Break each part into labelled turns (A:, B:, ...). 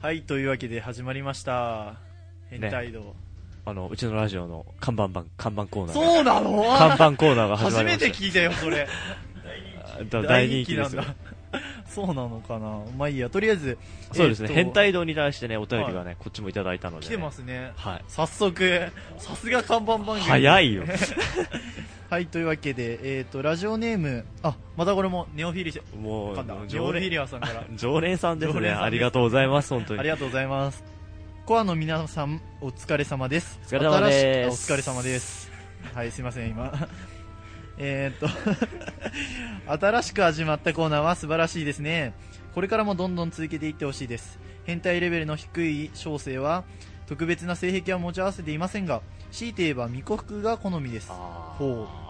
A: はい、というわけで始まりました。変態道。
B: あの、うちのラジオの看板番、看板コーナーが。
A: そうなの
B: 看板コーナーが始ま
A: 初
B: りま
A: め
B: した。
A: て聞いたよ、それ。
B: あだ 大人気で
A: なん
B: すよ。
A: だ。そうなのかなまあいいや、とりあえず。
B: そうです
A: え
B: ね、
A: ーっと
B: 変態道に対してね、お便りがね、こっちもいただいたので、
A: 来てますね。
B: はい。
A: 早速、さすが看板番組。
B: 早いよ。
A: はい、というわけで、えーっ、と、ラジオネーム、あ、またこれもネオフィリシャ、
B: もう、
A: かんだ、
B: もう
A: ネオフィリアさんから。
B: 常連さんです
A: 常
B: ね。
A: 連さんです
B: ありがとうございます、本当
A: あり
B: に。
A: がとうございます。コアの皆さん、お疲れ様です。
B: お疲れ様です
A: 新しくお疲れ様です。はい、すいません、今。 えーっと、 新しく始まったコーナーは素晴らしいですね。これからもどんどん続けていってほしいです。変態レベルの低い小生は、特別な性癖は持ち合わせていませんが、強いて言えば未克服が好みです。
B: あー
A: ほう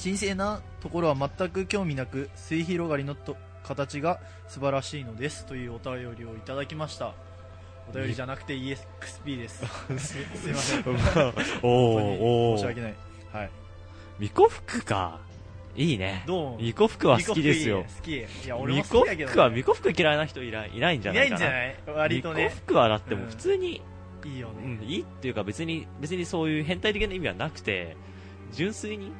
A: 神聖なところは全く興味なく水広がりのと形が素晴らしいのですというお便りをいただきましたお便りじゃなくて EXP ですすすいませ ん
B: お
A: 本
B: ー
A: 当に
B: お
A: 申し
B: ー
A: 訳ない、はい、
B: 巫女服か。いいね。
A: どう
B: 巫女服は好きですよ。
A: 好きいや俺
B: 巫
A: も好
B: 女
A: きだけど
B: 服は、巫女服嫌いな人いないいないんじゃ
A: い
B: な
A: ないいん
B: か
A: じゃ
B: な。
A: ない割とね
B: 巫女服はだってもう普通に、
A: いいよ
B: う
A: ね、
B: ん、いいっていうか別に、別にそういう変態的な意味はなくて、純粋に、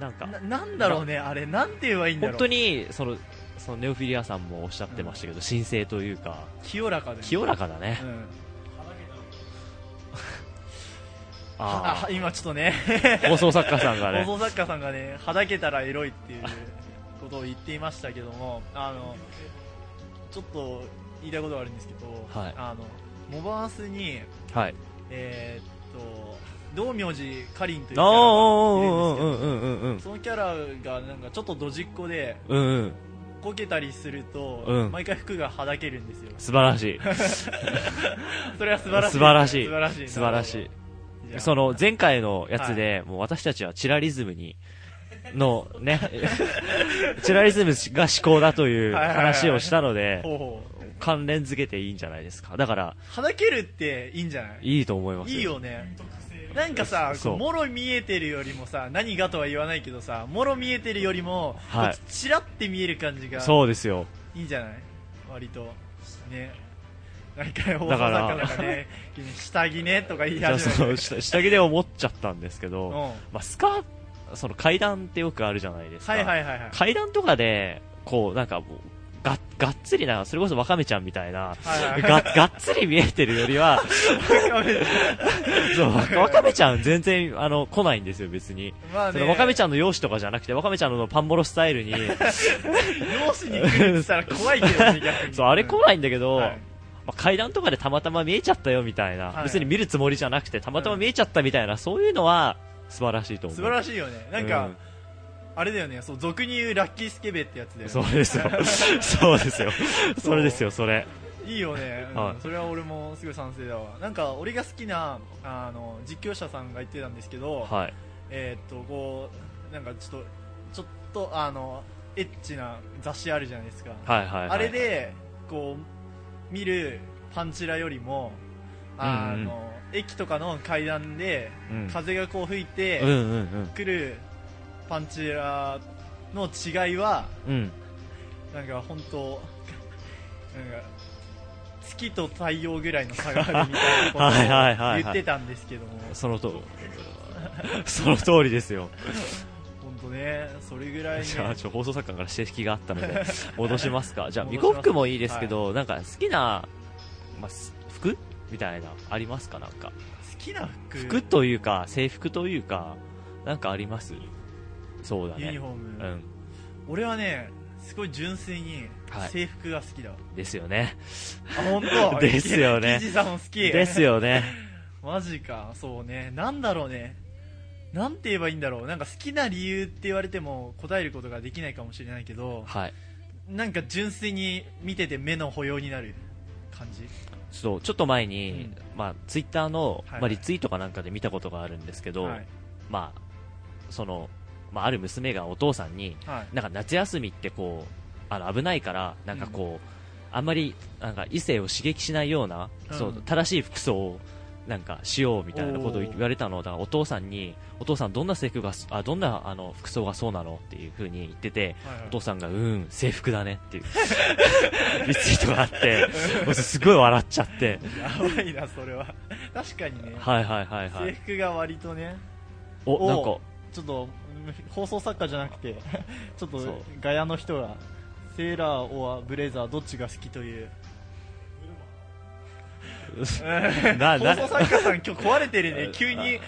B: なんか、
A: ななんだろうねあれなんて言えばいいんだ
B: 本
A: ろ
B: 当
A: う
B: に、その、そのネオフィリアさんもおっしゃってましたけど、神聖というか、
A: 清らかで、ね、
B: 清らかだね
A: う。ん、あ
B: あ
A: 今ちょっとね
B: あ、放送作家さんが
A: 放送
B: ね、
A: 作家さんがね、はだけたらエロいっていうことを言っていましたけども、あのちょっと言いたいことがあるんですけど、
B: はい
A: あのモバースに、
B: はい。
A: えーっと道明寺かりんというキャラ
B: ああ、う
A: がいる
B: んうん
A: んですけど、
B: うんうんうん。
A: そのキャラがなんかちょっとドジっ子で、
B: うんうん。
A: こけたりすると、
B: うん
A: 毎回服がはだけるんですよ、
B: 素晴 らしい。
A: それは素晴らしい、
B: 素晴らしい
A: 素晴らしい、
B: 素晴らし
A: じゃ
B: い。
A: あ
B: その、前回のやつで、もう私たちはチラリズムに、の、ね、 チラリズムが思考だという
A: はいはいはい
B: 話をしたので、
A: ほうほう
B: 関連付けていいんじゃないですか。だから、
A: はだけるっていいんじゃない
B: いいと思います
A: いい。よねなんかさ
B: そう
A: こうもろ見えてるよりもさ何がとは言わないけどさもろ見えてるよりも、
B: はい
A: こうちらって見える感じが
B: そうですよ。
A: いいんじゃない割とね毎回放送
B: だ
A: 作
B: から
A: 家なんかね君下着ねとか言い
B: じゃあ
A: 始
B: そ
A: め
B: の
A: る
B: 下下着で思っちゃったんですけど、
A: うんは
B: まあ、スカーその階段ってよくあるじゃないです
A: い
B: か、
A: はいはいはい
B: 階段とかでこうなんかもうががっつりなそれこそワカメちゃんみたいな
A: はい
B: ががっつり見えてるより は そうわかわかめちゃん全然あの来ないんですよ別に、
A: まあ
B: そ
A: ね
B: のわかめちゃんの容姿とかじゃなくてわかめちゃんのパンボロスタイル に
A: 容姿に来るってたら怖いけどね逆に
B: そうあれ来
A: い
B: ないんだけど、
A: はい
B: まあ階段とかでたまたま見えちゃったよみたいな、
A: はい
B: 別に見るつもりじゃなくてたまたま見えちゃったみたいな、そういうのは素晴らしいと思う
A: 素晴らしいよねなんか、
B: うん
A: あれだよねそう俗に言うラッキースケベってやつだよね
B: そうです よ。そうですよ。それですよ、それ。
A: いいよね、うん
B: はい
A: それは俺もすごい賛成だわなんか俺が好きなあの実況者さんが言ってたんですけど、
B: はい。
A: えーっとこうなんかちょっとちょっとあのエッチな雑誌あるじゃないですか、
B: はいはい、はい。
A: あれ、でこう見るパンチラよりもあの、駅とかの階段で
B: うん、
A: 風がこう吹い
B: うん
A: て
B: うん
A: くるパンチラの違いは
B: うん。うん。
A: なんか本当なんか月と太陽ぐらいの差があるみたいなこ
B: はいはい
A: と
B: は
A: を
B: いはい
A: 言ってたんですけども
B: そのと、その通りで すよ。
A: 本当ねそれぐらいね
B: じゃあ、ちょ、放送作家から指摘があったので、戻しますか。じゃあ、
A: 戻
B: 未
A: します
B: 克服もいいですけど、なんか好きな、まあ、す服みたいな、ありますかなんか。
A: 好きな服
B: 服というか、制服というか、なんかありますそうだ
A: ユニ
B: ね
A: フ。ォーム、
B: うん。
A: 俺はねすごい純粋に
B: はい
A: 制服が好きだ、
B: ですよね。
A: あ 本当
B: ですよね
A: キジさんも好き
B: ですよ ね。
A: マジかそうねなんだろうねなんて言えばいいんだろうなんか好きな理由って言われても答えることができないかもしれないけど
B: はい。
A: なんか純粋に見てて目の保養になる感じ
B: そうちょっと前に、まあ、ツイッター
A: は
B: の、
A: いはい
B: まあ、リツイートかなんかで見たことがあるんですけど、
A: はい
B: まあそのまあ、ある娘がお父さんに
A: はい
B: なんか夏休みってこうあの危ないからなんかこう、あんまりなんか異性を刺激しないような、
A: うん
B: そう正しい服装をなんかしようみたいなことを言われたのだからお父さんにお父さんどんな制服があどんなあの服装がそうなのっていう風に言ってて
A: はいはい
B: お父さんがうん制服だねっていう リツイートがあ ってもうすごい笑っちゃって
A: やばいなそれは 確かにね、
B: はいはいはいは
A: 制
B: い
A: 服が割とね
B: おなんか
A: おちょっと放送作家じゃなくて ちょっと
B: そう
A: ガヤの人がセーラーオアブレザーどっちが好きという
B: な
A: 放
B: な
A: 送作家さん今日壊れてる ね急に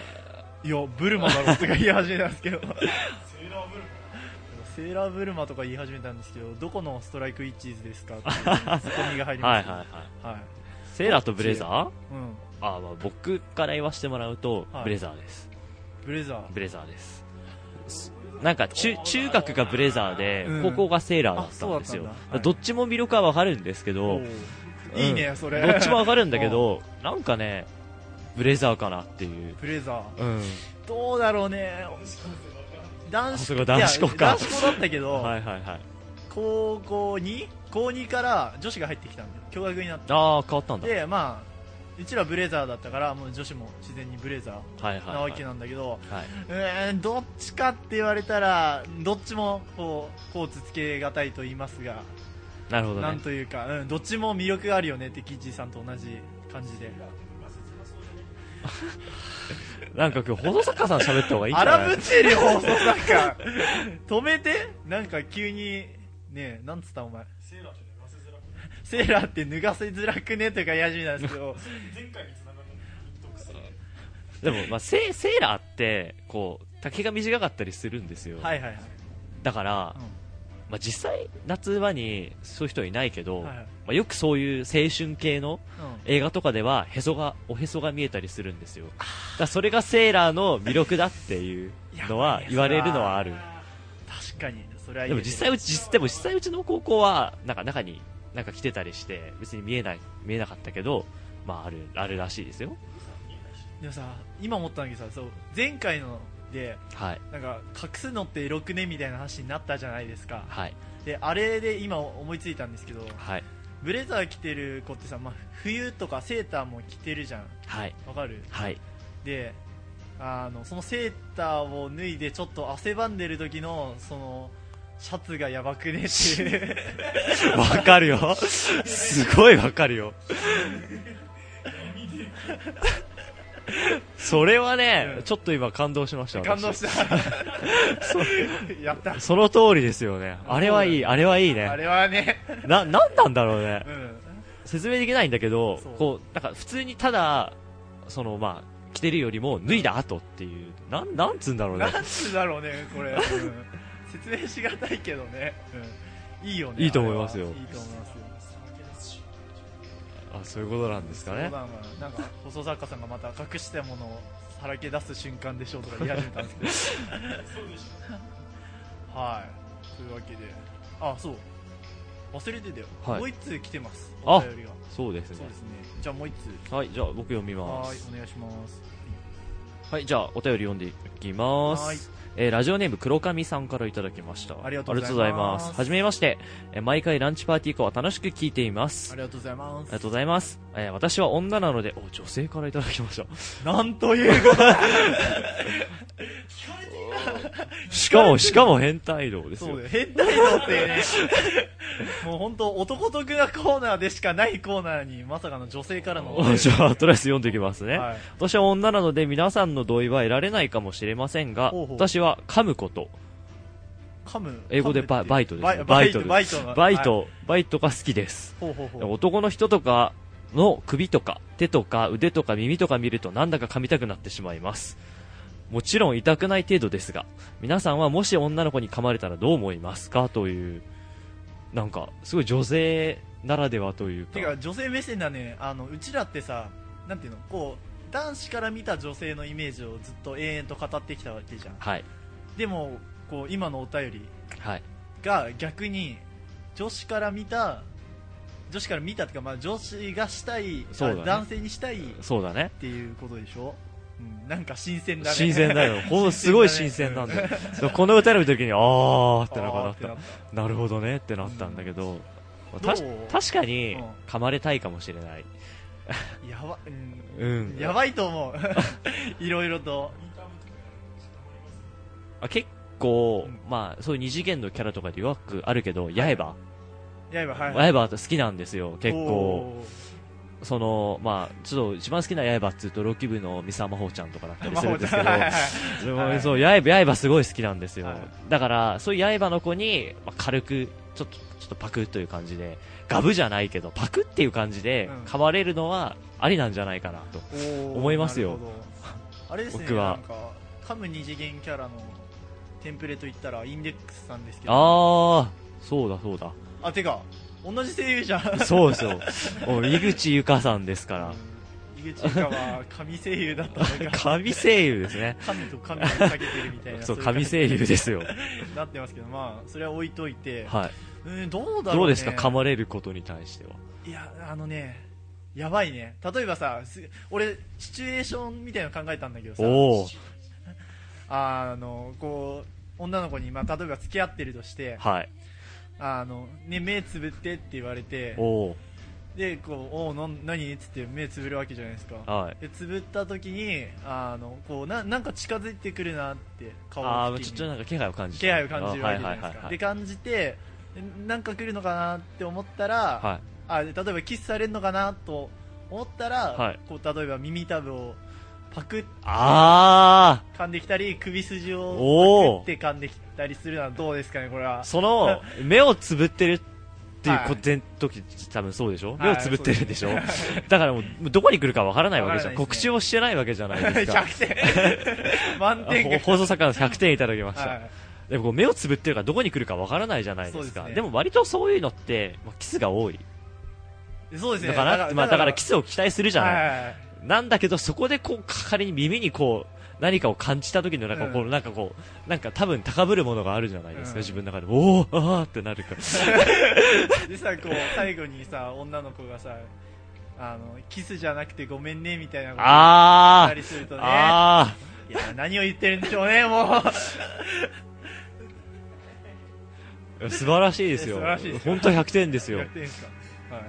A: いやブルマだろとか言い始めたんですけ どセーラーブルマセーラーブルマとか言い始めたんですけどどこのストライクイッチーズですか っていうツッコミが入り
B: は
A: ま
B: いはい
A: した
B: はい
A: はい
B: セーラーとブレザ
A: う
B: ー
A: ん、
B: あまあ僕から言わせてもらうと
A: はい
B: ブレザーです
A: ブレザー
B: ブレザーですすなんか中中学がブレザーで
A: うん
B: 高校がセーラーだったんですよ、
A: あそうだったんだはい
B: どっちも魅力はわかるんですけど、
A: おー
B: うん
A: いいねそれ
B: どっちもわかるんだ けどなんかねブレザーかなっていう、
A: ブレザー
B: うん、
A: どうだろうね男
B: あ
A: 子
B: そうか男子校か
A: いや男子校だったけど、
B: はいはいはい
A: 高校 2? 高2から女子が入ってきたんだよ共学になっ
B: ああ変わったん
A: て
B: だ
A: でまあうちらブレザーだったからもう女子も自然にブレザ
B: はい
A: ーな
B: は
A: わ
B: い、はい
A: けなんだけど、
B: はいう
A: ーんどっちかって言われたらどっちもこうコーツつけがたいと言いますが、
B: なるほど
A: な
B: ね
A: んというか、うん、どっちも魅力があるよねってキッチーさんと同じ感じで
B: なんか今日放送作家さん喋った方がいいんじゃない
A: 荒ぶってるよ放送なんか止めてなんか急にねえなんつったお前セーラーって脱がせづらくねとか言い始めたんですけど
B: でも、まあ、セセーラーってこう丈が短かったりするんですよ、
A: はいはいはい
B: だから、
A: うん
B: まあ、実際夏場にそういう人いないけ
A: は
B: ど、
A: いはい
B: まあ、よくそういう青春系の
A: うん
B: 映画とかではへそがおへそが見えたりするんですよだからそれがセーラーの魅力だっていうのは言われるのはある
A: 確かにそれは
B: でも実際うち実でも実際うちの高校はなんか中になんか着てたりして別に見えない見えなかったけどまああるあるらしいですよ
A: でもさ今思ったんだけどさそう前回ので
B: はい
A: なんか隠すのってエロくねみたいな話になったじゃないですか
B: はい
A: であれで今思いついたんですけど
B: はい
A: ブレザー着てる子ってさ、まあ、冬とかセーターも着てるじゃん
B: はい
A: わかる
B: はい
A: であのそのセーターを脱いでちょっと汗ばんでる時のそのシャツがやばく ねっていう
B: わかるよすごいわか るよそれはね、
A: うん
B: ちょっと今感動しました私
A: 感動したやった
B: その通りですよね。あれはいい、あれはいい
A: あ
B: ね。
A: れはね
B: な、なんなんだろうね
A: う。ん
B: 説明できないんだけど
A: そう、
B: こう、なんか普通にただ、そのまあ、着てるよりも脱いだ後っていう、なん、なんつうんだろう
A: な
B: ね
A: ん。つうだろうねこれ、うん説明しがたいけどね、うん、いいよね
B: いいと思いますよ
A: あれはいいと思いますよ
B: あ、そういうことなんですか
A: そうだ
B: ね。
A: ななん か放送作家さんがまた隠したものをさらけ出す瞬間でしょうとか言い始めたんですけどそうでしょはいというわけであそう忘れてたよ、
B: はい
A: もう一通来てます
B: あ
A: お便りが
B: そうで
A: そ
B: す
A: う
B: ね
A: で。すねじゃあもう一通
B: はい、じゃあ僕読みま
A: は
B: す。
A: いお願いします
B: はい、じゃあお便り読んでいきます。
A: はい
B: えーラジオネーム黒髪さんからいただきました。
A: ありがとうございます
B: ありがとうございはじめまして、えー毎回ランチパーティー以降は楽しく聞いています。
A: あ
B: あ
A: りがとうございま
B: り
A: す
B: がとうございます。えー私は女なので、お、女性からいただきました。
A: なんということだ
B: しかも、しかも変態道です
A: そ
B: よ
A: う。だよ変態道っていうねもう本当男得なコーナーでしかないコーナーにまさかの女性からのお便り
B: じゃあ、とりあえず読んでいきますね。
A: はい
B: 私は女なので皆さんの同意は得られないかもしれませんが、
A: ほうほう
B: 私は噛むこと、
A: 噛む
B: 英語でバ
A: 噛むって
B: バイトです
A: バイ
B: バ
A: バ
B: イ
A: イ
B: ト
A: ト
B: です
A: バイトの
B: バイ
A: はい
B: ト、バイトが好きです。
A: ほうほうほう
B: 男の人とかの首とか手とか腕とか耳とか見るとなんだか噛みたくなってしまいます。もちろん痛くない程度ですが、皆さんはもし女の子に噛まれたらどう思いますかという、なんか、すごい女性ならではというか
A: て。か女性目線だねあのうちらってさなんていうのこう男子から見た女性のイメージをずっと延々と語ってきたわけじゃん
B: はい。
A: でもこう今のお便り
B: はい。
A: が逆に女子から見た女子から見たっていうか、まあ、女子がしたい、
B: そうだね
A: あ男性にしたいっ
B: そうだね。
A: ていうことでしょ、うん、なんか新鮮だね
B: 新鮮 だよ。ほんとすごい新鮮なんだよ。そうこの歌の時に、あーってなんかなっ
A: あー
B: た
A: っ。
B: なるほどねってなったんだけど、
A: ん
B: た
A: どう
B: 確かに
A: うん
B: 噛まれたいかもしれない。
A: やば、うん、
B: うん。
A: やばいと思う。 いろいろと。
B: あ結構、
A: うん
B: まあ、そういう二次元のキャラとかで弱くあるけど、刃。
A: やばい、はい。
B: 刃好きなんですよ、結構。
A: おー。
B: その、まあ、ちょっと一番好きな刃っつうと、ロキ部のミサマホちゃんとかだったり
A: 魔
B: する
A: 法
B: んで
A: です
B: け ど、
A: はいはい
B: でも
A: はい
B: そう、刃、刃すごい好きなんですよ。
A: はい
B: だから、そういう刃の子に、まあ軽く、ちょっと、ちょっとパクッという感じで、ガブじゃないけど、パクっていう感じで
A: うん、
B: 噛まれるのは、ありなんじゃないかなと。
A: おー
B: 思いますよ。
A: なるほどあれですね、
B: 僕は
A: なんか、噛む二次元キャラのテンプレといったら、インデックスさんですけど。
B: あー、そうだ そうだ。
A: あ、てか、同じ声優じゃん。
B: そうですよ。もう井口ゆかさんですから。
A: 井口ゆかは神声優だったの か
B: 神声優ですね。
A: 神と神を避けてるみたいな
B: そう、
A: い感
B: 神
A: じ
B: 声優ですよ。
A: なってますけどまあそれは置いといて、
B: はい。
A: うんどうだろう、ね、
B: どうですか噛まれることに対しては。
A: いやあのねやばいね例えばさす俺シチュエーションみたいなの考えたんだけどさ
B: おお
A: あのこう女の子に、まあ、例えば付き合ってるとして
B: はい。
A: あの、ね、目つぶってって言われて
B: おお
A: でこうおうなん何っつって目つぶるわけじゃないですか
B: はい。
A: でつぶった時にあのこうななんか近づいてくるなって顔
B: あ
A: を
B: ー、
A: 付
B: ち
A: 近
B: ょ
A: に
B: っとなんか気配を感じ
A: 気配を感じるわけじゃ
B: は
A: ないいで
B: はい
A: す
B: は
A: か
B: いは
A: で
B: い。
A: 感じてなんか来るのかなって思ったら、
B: はい。
A: あで例えばキスされるのかなと思ったら、
B: はい
A: こう例えば耳たぶをパクッ
B: あ
A: 噛んできたり首筋
B: お
A: を
B: ー
A: パクって噛んできたりするのはどうですかねこれは
B: ー、その、目をつぶってるっていう
A: はい
B: こ前時、多分そうでしょ
A: はい
B: 目をつぶってるでしょ
A: そうで
B: だからもう、どこに来るかわからないわけじゃん。
A: わからないですね
B: 告知をしてないわけじゃな いですか。
A: 100点満
B: あ
A: 点
B: ほ
A: が
B: 放送作家の100点いただきました。
A: はい
B: でもこう目をつぶってるからどこに来るかわからないじゃないです
A: そう
B: か。
A: ですね
B: でも割とそういうのって、まあキスが多い。
A: そうですね
B: だから、まあだからキ
A: ス
B: スを期待するじゃない。
A: はい
B: なんだけどそこでこう、仮に耳にこう、何かを感じた時のなんか
A: うん
B: こう、なんかこう、なんか多分高ぶるものがあるじゃないです
A: うん
B: か、自分の中で。おー、あーってなるから。
A: でさこう最後にさ女の子がさあのキスじゃなくてごめんねみたいなこと言っ
B: あ
A: た
B: ー
A: りするとね
B: あ
A: いや何を言ってるんでしょうねもう
B: ー素晴らしいですよ
A: 素晴らしいです。よ
B: 本当100点です
A: や
B: よ
A: っ。てんすかはい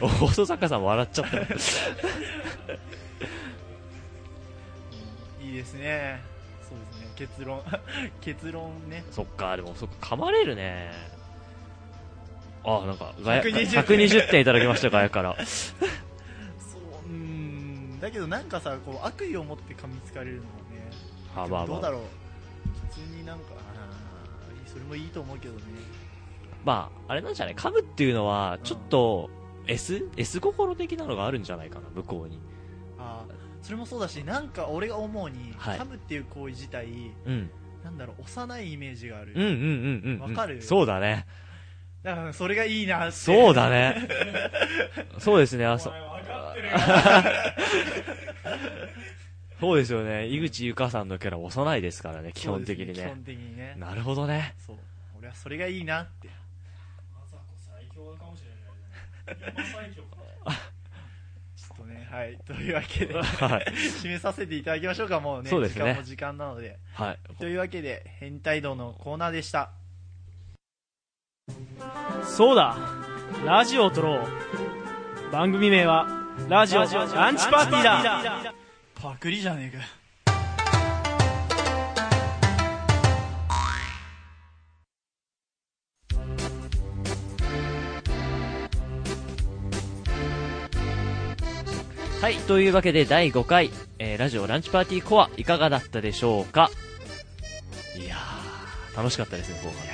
B: 放送作家さん笑っちゃった。
A: うんいいですねそうですね結論 結論ね
B: そっか、でもそっか、噛まれるね。あー、なんか、ガヤ
A: 120
B: 120点いただきました、ガヤ から。
A: そううんだけどなんかさこう悪意を持って噛みつかれるのもね
B: あ
A: で
B: ま
A: も
B: あ
A: ど
B: ま
A: うだ
B: あ、
A: ろう普通になんかあーそれもいいと思うけどね
B: まあ、あれなんじゃない噛むっていうのは、ちょっと、S? S 心的なのがあるんじゃないかな、向こうに。
A: あーそれもそうだしなんか俺が思うに、
B: はい
A: 噛むっていう行為自体
B: うん。
A: なんだろう幼いイメージがある、
B: うんうんうんうんう
A: わ
B: ん。
A: かる
B: そう だね。
A: だからそれがいいなって
B: そうだね。そうですね、あそ、そうですよね。井口ゆかさんのキャラ幼いですからね、 基
A: そう
B: 本
A: です
B: 的に
A: 基
B: ね
A: 本。的にね
B: なるほどね。
A: そう俺はそれがいいなって ちょっとねはいというわ けで
B: はい。
A: 締めさせていただきましょうかもうね
B: そうですね
A: 時間も時間なので
B: はい。
A: というわけで変態道のコーナーでした
C: そうだラジオを撮ろう番組名はラジオランチパーティーだ
A: パクリじゃねえか
B: はい、というわけで第5回、えーラジオランチパーティーコア、いかがだったでしょうかいやー、楽しかったですね、後半ね。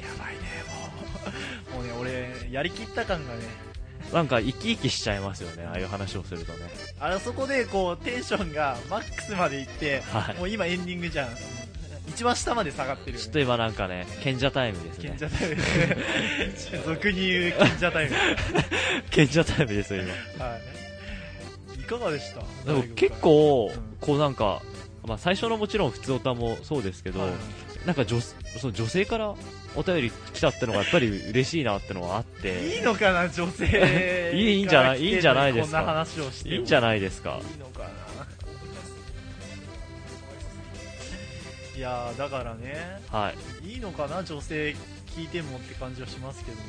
A: やばいねもうもうね俺やりきった感がね
B: なんか生き生きしちゃいますよね、ああいう話をするとね。
A: あそこでこうテンションがマックスまでいって、
B: はい
A: もう今エンディングじゃん一番下まで下がってるよ
B: ちょっ
A: ね
B: と今なんかね、賢者タイムですね
A: 賢。者 タイムですね俗に言う賢者タイム
B: 賢者タイムですよ、 今。
A: はいいかがでした
B: でも
A: 最後
B: 結構
A: うん、
B: こうなんか、まあ最初のもちろん普通歌もそうですけど、
A: はい
B: なんか女その女性からお便り来たってのがやっぱり嬉しいなってのはあっ
A: いい
B: て、
A: のかな女性
B: いいいいんじゃないいいんじゃないですか
A: こんな話をしても
B: いいんじゃ
A: い
B: ないですか。
A: いのかないやーだからね
B: はい。
A: いいのかな女性聞いてもって感じはしますけども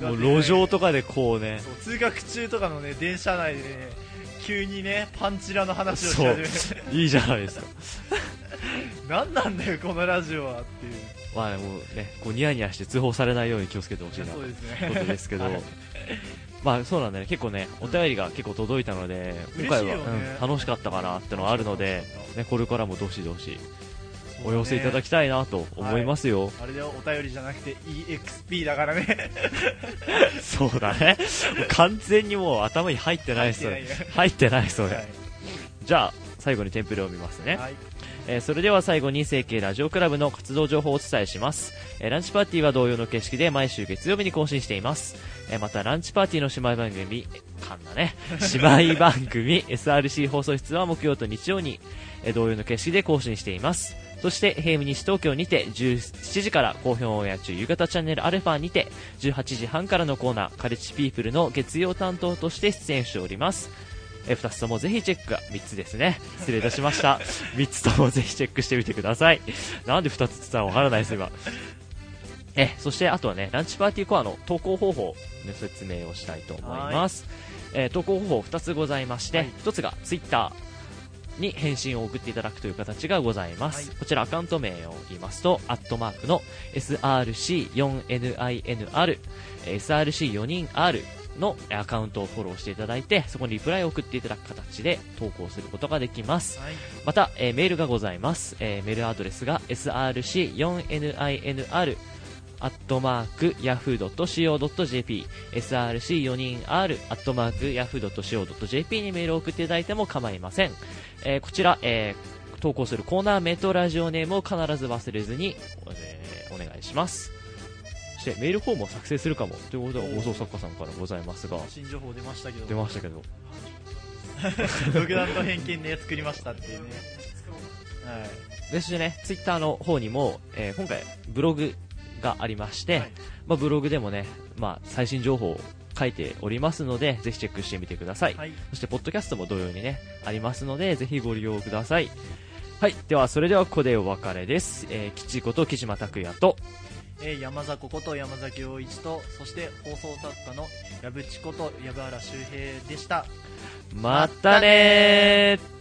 B: もう路上とかでこうね
A: そう通学中とかのね電車内でね急にねパンチラの話をし
B: そ
A: 始
B: う
A: めて
B: いいじゃないですか
A: 何なんだよこのラジオはっていう
B: まあもうねこうニヤニヤして通報されないように気をつけてほしいな
A: そうです
B: ということ
A: ね
B: ですけど、
A: はい
B: まあそうなんでね結構ねお便りが結構届いたので、
A: うん
B: 今
A: 嬉し
B: 回は、
A: いよね
B: うん楽しかったかなってのはあるので、ね、これからもどしどしお寄せいただ
A: き
B: きたいなと思いますよ、
A: あれでお便りじゃなくて EXP だからね
B: そうだね完全にもう頭に入ってないそ
A: 入
B: れ
A: ってないよ
B: 入ってないそれ、
A: はい
B: じゃあ最後にテンプレを見ますね、
A: はい
B: えーそれでは最後に成形ラジオクラブの活動情報をお伝えします、えーランチパーティーは同様の形式で毎週月曜日に更新しています、えーまたランチパーティーの姉妹番組えー噛んだね姉妹番組 SRC 放送室は木曜と日曜に、えー同様の形式で更新していますそして、ヘイム西東京にて17時から好評オンエア中夕方チャンネルアルファにて18時半からのコーナーカレッジピープルの月曜担当として出演しておりますえ2つともぜひチェックが3つですね失礼いたしました 3つともぜひチェックしてみてくださいなんで2つって言ったのかわからないです今えそしてあとはねランチパーティーコアの投稿方法の説明をしたいと思います、えー投稿方法2つございまして、
A: はい
B: 1つがツイッターに返信を送っていただくという形がございます、
A: は
B: こちらアカウント名を言いますとアットマークの SRC4NINR SRC4 人 R のアカウントをフォローしていただいてそこにリプライを送っていただく形で投稿することができます
A: はい
B: また、えーメールがございます、えーメールアドレスが src4ninr アットマーク yahoo.co.jp src4 人 r アットマーク yahoo.co.jp にメールを送っていただいても構いません、えーこちら、えー投稿するコーナー名とラジオネームを必ず忘れずに、えーお願いしますそしてメールフォームを作成するかもということが放送作家さんからございますが
A: 新情報出ましたけど
B: 出ましたけど
A: 独断と偏見で作りましたっていうねはい
B: でそしてね、ツイッターの方にも、えー今回ブログがありまして、
A: はい
B: まあ、ブログでもね、まあ、最新情報を書いておりますので、ぜひチェックしてみてください。
A: はい
B: そして、ポッドキャストも同様にね、ありますので、ぜひご利用ください。はい。では、それではここでお別れです。えー、吉子と木島拓也と、
A: えー山崎こと山崎陽一とそして放送作家の矢渕こと矢原周平でした
B: またねー